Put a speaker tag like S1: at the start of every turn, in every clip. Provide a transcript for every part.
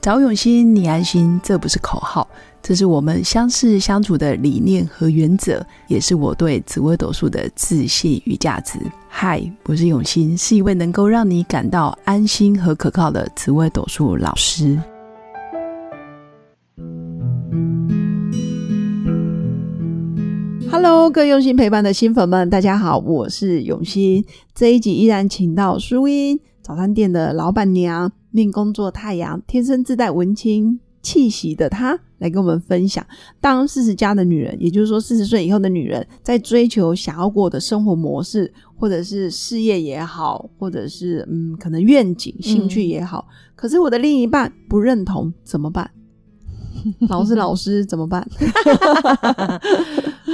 S1: 找永新，你安心，这不是口号，这是我们相识相处的理念和原则，也是我对紫微斗数的自信与价值。嗨，我是永新，是一位能够让你感到安心和可靠的紫微斗数老师。Hello，各位用心陪伴的新粉们，大家好，我是永新。这一集依然请到舒英早餐店的老板娘，命宫做太阳，天生自带文青气息的她，来跟我们分享，当四十加的女人，也就是说四十岁以后的女人，在追求想要过的生活模式，或者是事业也好，或者是嗯，可能愿景、兴趣也好，可是我的另一半不认同，怎么办？老师，老师怎么办？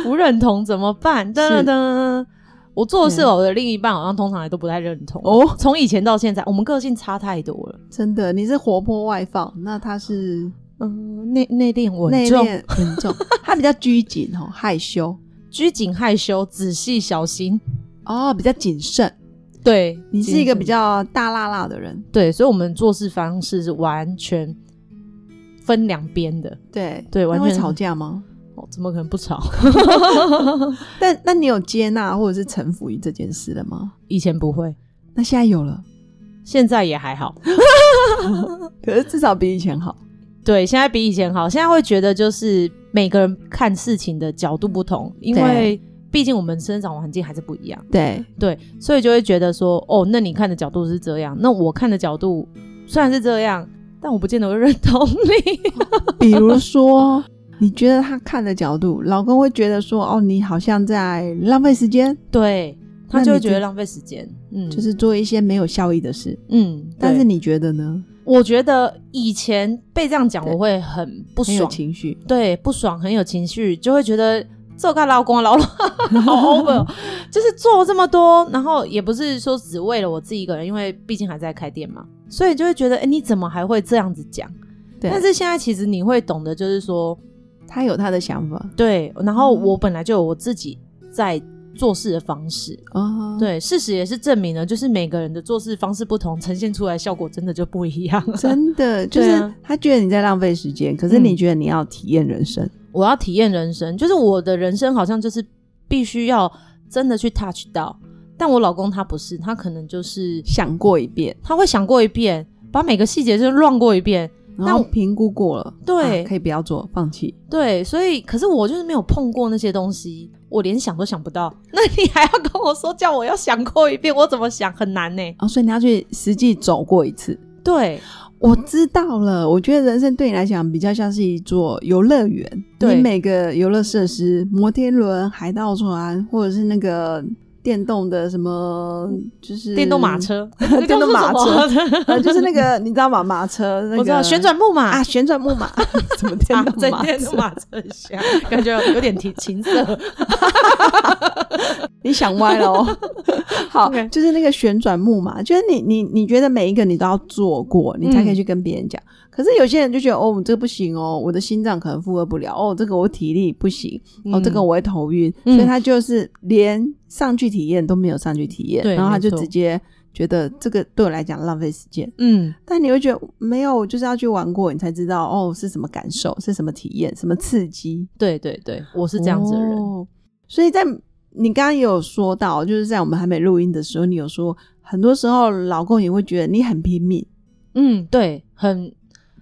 S2: 不认同怎么办？
S1: 是
S2: 噔噔噔，我做事
S1: 对
S2: 我的另一半好像通常也都不太认同
S1: 哦
S2: 从以前到现在，我们个性差太多了。
S1: 真的，你是活泼外放，那他是
S2: 嗯，内内敛稳
S1: 内
S2: 重，
S1: 敛稳重， 他比较拘谨哦，害羞
S2: 拘谨害羞，仔细小心。
S1: 哦，比较谨慎。
S2: 对，
S1: 你是一个比
S2: 谨慎
S1: 较大辣辣的人，
S2: 对，所以我们做事方式是完全分两边的。
S1: 对
S2: 对完
S1: 那
S2: 全
S1: 会吵架吗？
S2: 哦，怎么可能不 吵？
S1: 但那你有接纳或者是臣服于这件事了吗？
S2: 以前不会，
S1: 那现在有了，
S2: 现在也还好。
S1: 可是至少比以前好。
S2: 对，现在比以前好。现在会觉得就是每个人看事情的角度不同，因为毕竟我们生长环境还是不一样，
S1: 对，
S2: 对，所以就会觉得说，哦，那你看的角度是这样，那我看的角度虽然是这样，但我不见得会认 同你。
S1: 比如说，你觉得他看的角度，老公会觉得说，哦，你好像在浪费时间，
S2: 对
S1: 那
S2: 他
S1: 你
S2: 就会
S1: 自
S2: 觉得浪费时间，嗯，
S1: 就是做一些没有效益的事。
S2: 嗯，
S1: 但是
S2: 对
S1: 你觉得呢？
S2: 我觉得以前被这样讲，
S1: 对
S2: 我会很不
S1: 很有
S2: 爽，
S1: 情 绪，
S2: 对，不爽，很有情绪，就会觉得这个老公老了， 好 over，哦就是做了这么多，然后也不是说只为了我自己一个人，因为毕竟还在开店嘛，所以就会觉得，哎、你怎么还会这样子讲？
S1: 对
S2: 但是现在其实你会懂得，就是说，
S1: 他有他的想法
S2: 对，然
S1: 嗯
S2: 后我本来就有我自己在做事的方式，
S1: 哦，
S2: 对，事实也是证明了，就是每个人的做事方式不同，呈现出来效果真的就不一样。
S1: 真的就
S2: 对
S1: 是
S2: 啊
S1: 他觉得你在浪费时间，可是
S2: 嗯
S1: 你觉得你要体验人生，
S2: 我要体验人生，就是我的人生好像就是必须要真的去 touch 到，但我老公他不是，他可能就是
S1: 想过一遍，
S2: 他会想过一遍，把每个细节就乱过一遍，
S1: 然
S2: 那
S1: 后
S2: 我
S1: 评估过了，
S2: 对
S1: 啊可以不要做，放弃。
S2: 对，所以可是我就是没有碰过那些东西，我连想都想不到。 那你还要跟我说叫我要想过一遍，我怎么想很难呢、
S1: 哦，所以你要去实际走过一次。
S2: 嗯对
S1: 我知道了，我觉得人生对你来讲比较像是一座游乐园，
S2: 对
S1: 你每个游乐设施，摩天轮、海盗船，或者是那个电动的什么，就是
S2: 电动 马，车，
S1: 电动马 车
S2: 车
S1: 呃，就是那个你知道吗？马车那个
S2: 我知道旋转木马
S1: 啊，旋转木 马，什么电
S2: 啊，
S1: 动
S2: 在
S1: 马
S2: 电
S1: 车
S2: 动马车下， 感觉有点情 情色。
S1: 你想歪了 哦。好
S2: OK
S1: 就是那个旋转木马，就是你你你觉得每一个你都要做过，你才可以去跟别人讲。
S2: 嗯
S1: 可是有些人就觉得哦，这个不行哦，我的心脏可能负荷不了哦，这个我体力不行哦，
S2: 嗯
S1: 这个我会头晕，
S2: 嗯
S1: 所以他就是连上去体验都没有上去体验，
S2: 对
S1: 然后他就
S2: 没错
S1: 直接觉得这个对我来讲浪费时间。
S2: 嗯，
S1: 但你会觉得没有，我就是要去玩过，你才知道哦是什么感受，是什么体验，什么刺激。
S2: 对对对，我是这样子的人。
S1: 哦所以在你刚刚也有说到，就是在我们还没录音的时候，你有说很多时候老公也会觉得你很拼命，
S2: 嗯，对，很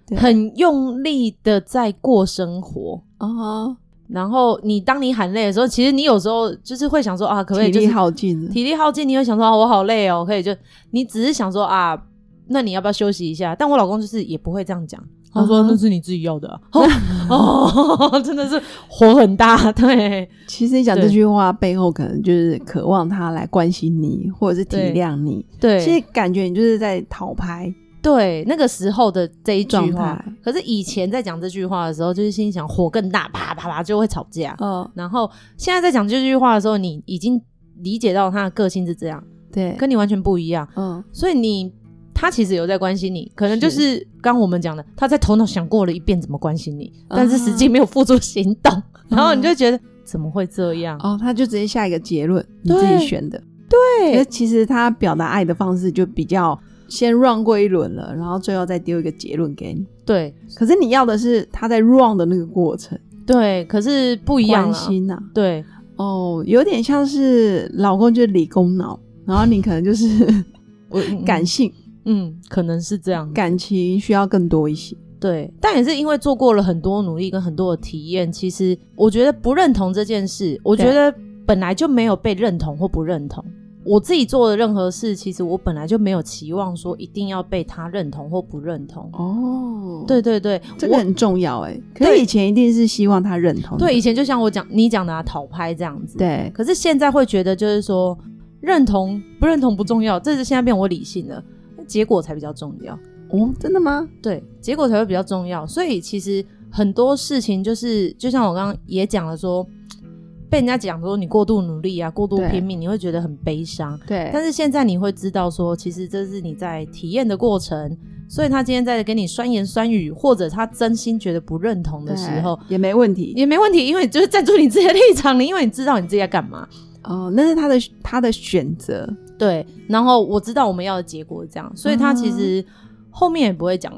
S1: 对
S2: 很用力的在过生活。
S1: 哦，
S2: 然后你当你喊累的时候，其实你有时候就是会想说啊，可不可以
S1: 体
S2: 就
S1: 力
S2: 是
S1: 耗尽了。
S2: 体力耗尽，你会想说、啊、我好累哦，可以就你只是想说啊，那你要不要休息一下？但我老公就是也不会这样讲，他说、
S1: 嗯哼
S2: 那是你自己要的、啊。哦，哦真的是火很大，对
S1: 其实你讲
S2: 对
S1: 这句话背后，可能就是渴望他来关心你，或者是体谅你。其
S2: 对
S1: 实感觉你就是在讨拍，
S2: 对，那个时候的这一
S1: 状
S2: 句话
S1: 态。
S2: 可是以前在讲这句话的时候，就是心里想火更大，啪啪啪就会吵架。
S1: 嗯，
S2: 然后现在在讲这句话的时候，你已经理解到他的个性是这样，
S1: 对，
S2: 跟你完全不一样，
S1: 嗯，
S2: 所以你他其实有在关心你，可能就是刚我们讲的，他在头脑想过了一遍怎么关心你，
S1: 啊嗯
S2: 但是实际没有付诸行动，然后你就觉得怎么会这样？
S1: 哦，他就直接下一个结论，你
S2: 对
S1: 自己选的。可是
S2: 对
S1: 其实他表达爱的方式就比较先 run 过一轮了，然后最后再丢一个结论给你。
S2: 对
S1: 可是你要的是他在 run 的那个过程，
S2: 对，可是不一样啊
S1: 关
S2: 了。
S1: 心呐、
S2: 对
S1: 哦，有点像是老公就是理工脑，然后你可能就是
S2: 我
S1: 感性、
S2: 嗯，可能是这样。
S1: 感情需要更多一些。
S2: 对，但也是因为做过了很多努力跟很多的体验，其实我觉得不认同这件事，我觉
S1: 对
S2: 得本来就没有被认同或不认同。我自己做的任何事，其实我本来就没有期望说一定要被他认同或不认同。
S1: 哦，
S2: 对对对，
S1: 这
S2: 我
S1: 个很重要哎。可是
S2: 对
S1: 以前一定是希望他认同的，
S2: 对以前就像我讲你讲的啊，讨拍这样子。
S1: 对
S2: 可是现在会觉得就是说认同不认同不重要，这是现在变我理性了，结果才比较重要。
S1: 哦，真的吗？
S2: 对，结果才会比较重要。所以其实很多事情就是，就像我刚刚也讲了说，被人家讲说你过度努力啊，过度
S1: 对
S2: 拼命，你会觉得很悲伤。
S1: 对
S2: 但是现在你会知道说，其实这是你在体验的过程。所以他今天在跟你酸言酸语，或者他真心觉得不认同的时候，
S1: 也没问题
S2: 也没问题，因为你就是站住你自己的立场，你因为你知道你自己在干嘛。
S1: 哦，那是他的他的选择，
S2: 对，然后我知道我们要的结果是这样，所以他其实后面也不会讲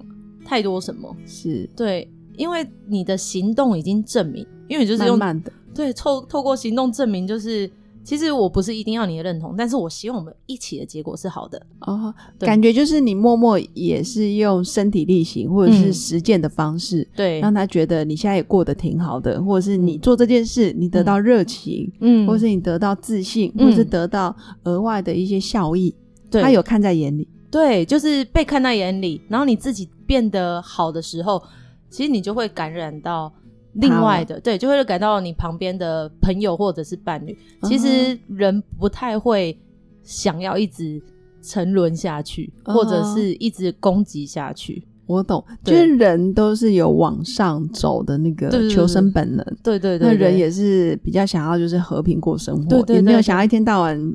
S2: 太多什么。
S1: 是
S2: 对，因为你的行动已经证明，因为你就是
S1: 慢
S2: 用
S1: 慢的
S2: 对透透过行动证明，就是其实我不是一定要你的认同，但是我希望我们一起的结果是好的。
S1: 哦，
S2: 对
S1: 感觉就是你默默也是用身体力行或者是
S2: 嗯
S1: 实践的方式，
S2: 对，
S1: 让他觉得你现在也过得挺好的，或者是你做这件事你得到热情，
S2: 嗯
S1: 或是你得到自信，
S2: 嗯
S1: 或是得到额外的一些效益，
S2: 对
S1: 他有看在眼里。
S2: 对，就是被看在眼里，然后你自己变得好的时候，其实你就会感染到。另外的，对，就会感到你旁边的朋友或者是伴侣，其
S1: 嗯
S2: 实人不太会想要一直沉沦下去，或者
S1: 嗯哼
S2: 是一直攻击下去。
S1: 我懂，就
S2: 对
S1: 是人都是有往上走的那个
S2: 对对对
S1: 求生本能。
S2: 对对对
S1: 那
S2: 对，
S1: 人也是比较想要就是和平过生活，
S2: 对对
S1: 也没有
S2: 对
S1: 想要一天到 晚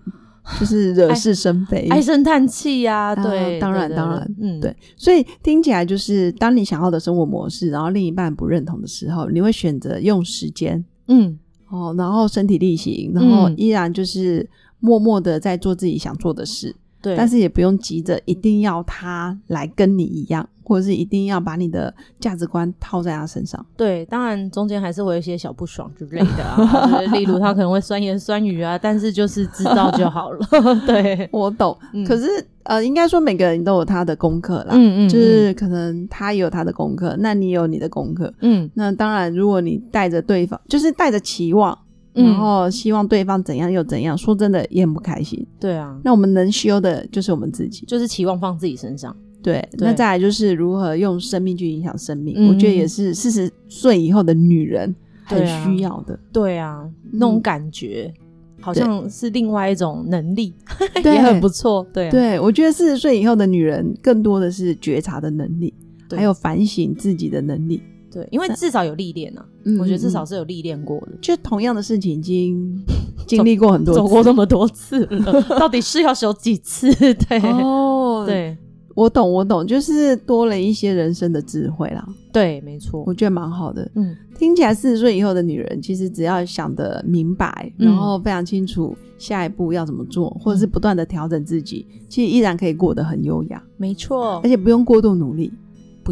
S1: 就是惹是生非。
S2: 唉声叹气呀、
S1: 啊
S2: 对，
S1: 当然
S2: 对嗯
S1: 当然，
S2: 对
S1: 对，所以听起来就是，当你想要的生活模式，然后另一半不认同的时候，你会选择用时间
S2: 嗯
S1: 哦，然后身体力行，然后
S2: 嗯
S1: 依然就是默默的在做自己想做的事，
S2: 嗯，对，
S1: 但是也不用急着一定要他来跟你一样，或者是一定要把你的价值观套在他身上。
S2: 对，当然中间还是会有一些小不爽之类的啊，就是例如他可能会酸言酸语啊，但是就是知道就好了， 对，
S1: 我懂，
S2: 嗯
S1: 可是呃，应该说每个人都有他的功课啦，
S2: 嗯嗯
S1: 就是可能他也有他的功课，那你有你的功课，
S2: 嗯
S1: 那当然，如果你带着对方，就是带着期望，
S2: 嗯
S1: 然后希望对方怎样又怎样，说真的也很不开心。
S2: 对啊，
S1: 那我们能修的就是我们自己。
S2: 就是期望放自己身上，
S1: 对，
S2: 对
S1: 那再来就是如何用生命去影响生命，
S2: 嗯
S1: 我觉得也是四十岁以后的女人很
S2: 对啊
S1: 需要的，
S2: 对啊，那种
S1: 嗯
S2: 感觉。好像是另外一种能力，
S1: 对
S2: 也很不错。对啊、
S1: 对，我觉得四十岁以后的女人更多的是觉察的能力，
S2: 对
S1: 还有反省自己的能力。
S2: 对因为至少有历练啊，
S1: 嗯
S2: 我觉得至少
S1: 嗯
S2: 是有历练过的，
S1: 就同样的事情已 经经历过很多次，
S2: 走过这么多次 了，到底是要有几次？ 对、
S1: 哦，，
S2: 对
S1: 我懂，我懂，就是多了一些人生的智慧啦，
S2: 对，没错。
S1: 我觉得蛮好的。
S2: 嗯，
S1: 听起来四十岁以后的女人，其实只要想得明白，
S2: 嗯
S1: 然后非常清楚下一步要怎么做，或者是不断的调整自己，其实依然可以过得很优雅，
S2: 没错
S1: 而，且不用过度努力，
S2: 不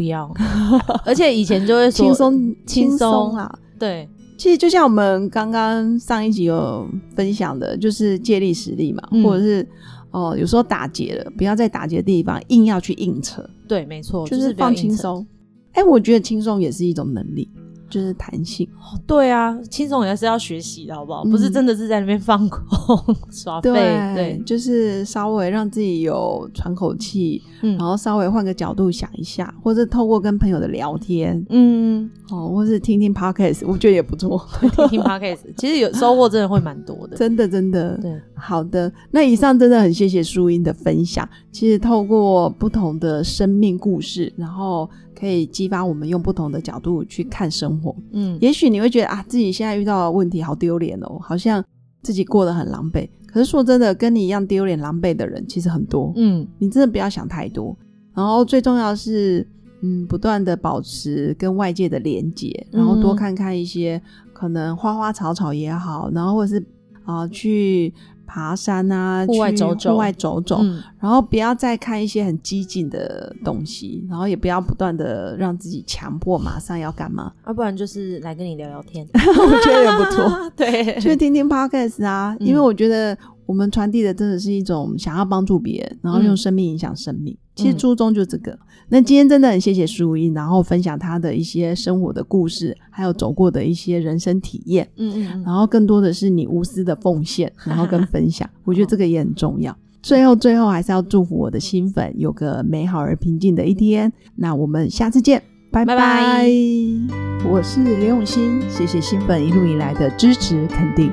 S2: 要。而且以前就会说
S1: 轻，松
S2: 轻松
S1: 松啦。
S2: 对，
S1: 其实就像我们刚刚上一集有分享的，就是借力使力嘛，
S2: 嗯
S1: 或者是哦、有时候打结了，不要在打结的地方硬要去硬扯，
S2: 对，没错，
S1: 就是是
S2: 哦不要
S1: 放轻
S2: 硬撑。
S1: 松。哎、我觉得轻松也是一种能力，就是弹性。
S2: 对啊，轻松也是要学习的，好不好？
S1: 嗯
S2: 不是真的是在那边放空 耍废。对，
S1: 就是稍微让自己有喘口气，
S2: 嗯
S1: 然后稍微换个角度想一下，或者透过跟朋友的聊天，
S2: 嗯，
S1: 哦，或是听听 podcast，我觉得也不错。
S2: 听 听 podcast，其实有收获真的会蛮多的。
S1: 真的，真的。
S2: 对，
S1: 好的，那以上真的很谢谢淑英的分享。其实透过不同的生命故事，然后可以激发我们用不同的角度去看生活。
S2: 嗯，
S1: 也许你会觉得啊，自己现在遇到的问题好丢脸哦，好像自己过得很狼狈。可是说真的，跟你一样丢脸狼狈的人其实很多，
S2: 嗯，
S1: 你真的不要想太多。然后最重要的是，嗯，不断的保持跟外界的连接，然后多
S2: 嗯
S1: 看看一些可能花花草草也好，然后或者是啊、去爬山啊，
S2: 户外
S1: 去
S2: 走走
S1: 户外走走，
S2: 嗯，
S1: 然后不要再看一些很激进的东西，然后也不要不断的让自己强迫马上要干嘛，
S2: 啊要、不然就是来跟你聊聊天，
S1: 我觉得也不错。
S2: 对，
S1: 去听听 podcast 啊，
S2: 嗯
S1: 因为我觉得我们传递的真的是一种想要帮助别人，然后
S2: 嗯
S1: 用生命影响生命。其实初衷就这个。那今天真的很谢谢淑英，然后分享她的一些生活的故事，还有走过的一些人生体验，
S2: 嗯嗯嗯，
S1: 然后更多的是你无私的奉献，然后跟分 享，我觉得这个也很重要。最后，最后还是要祝福我的新粉有个美好而平静的一天。那我们下次见，拜
S2: 拜
S1: 拜。
S2: 拜
S1: 我是刘永新，谢谢新粉一路以来的支持肯定。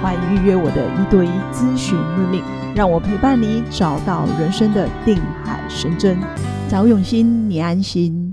S1: 欢迎预约我的一对一咨询论命。让我陪伴你找到人生的定海神针。找永新，你安心。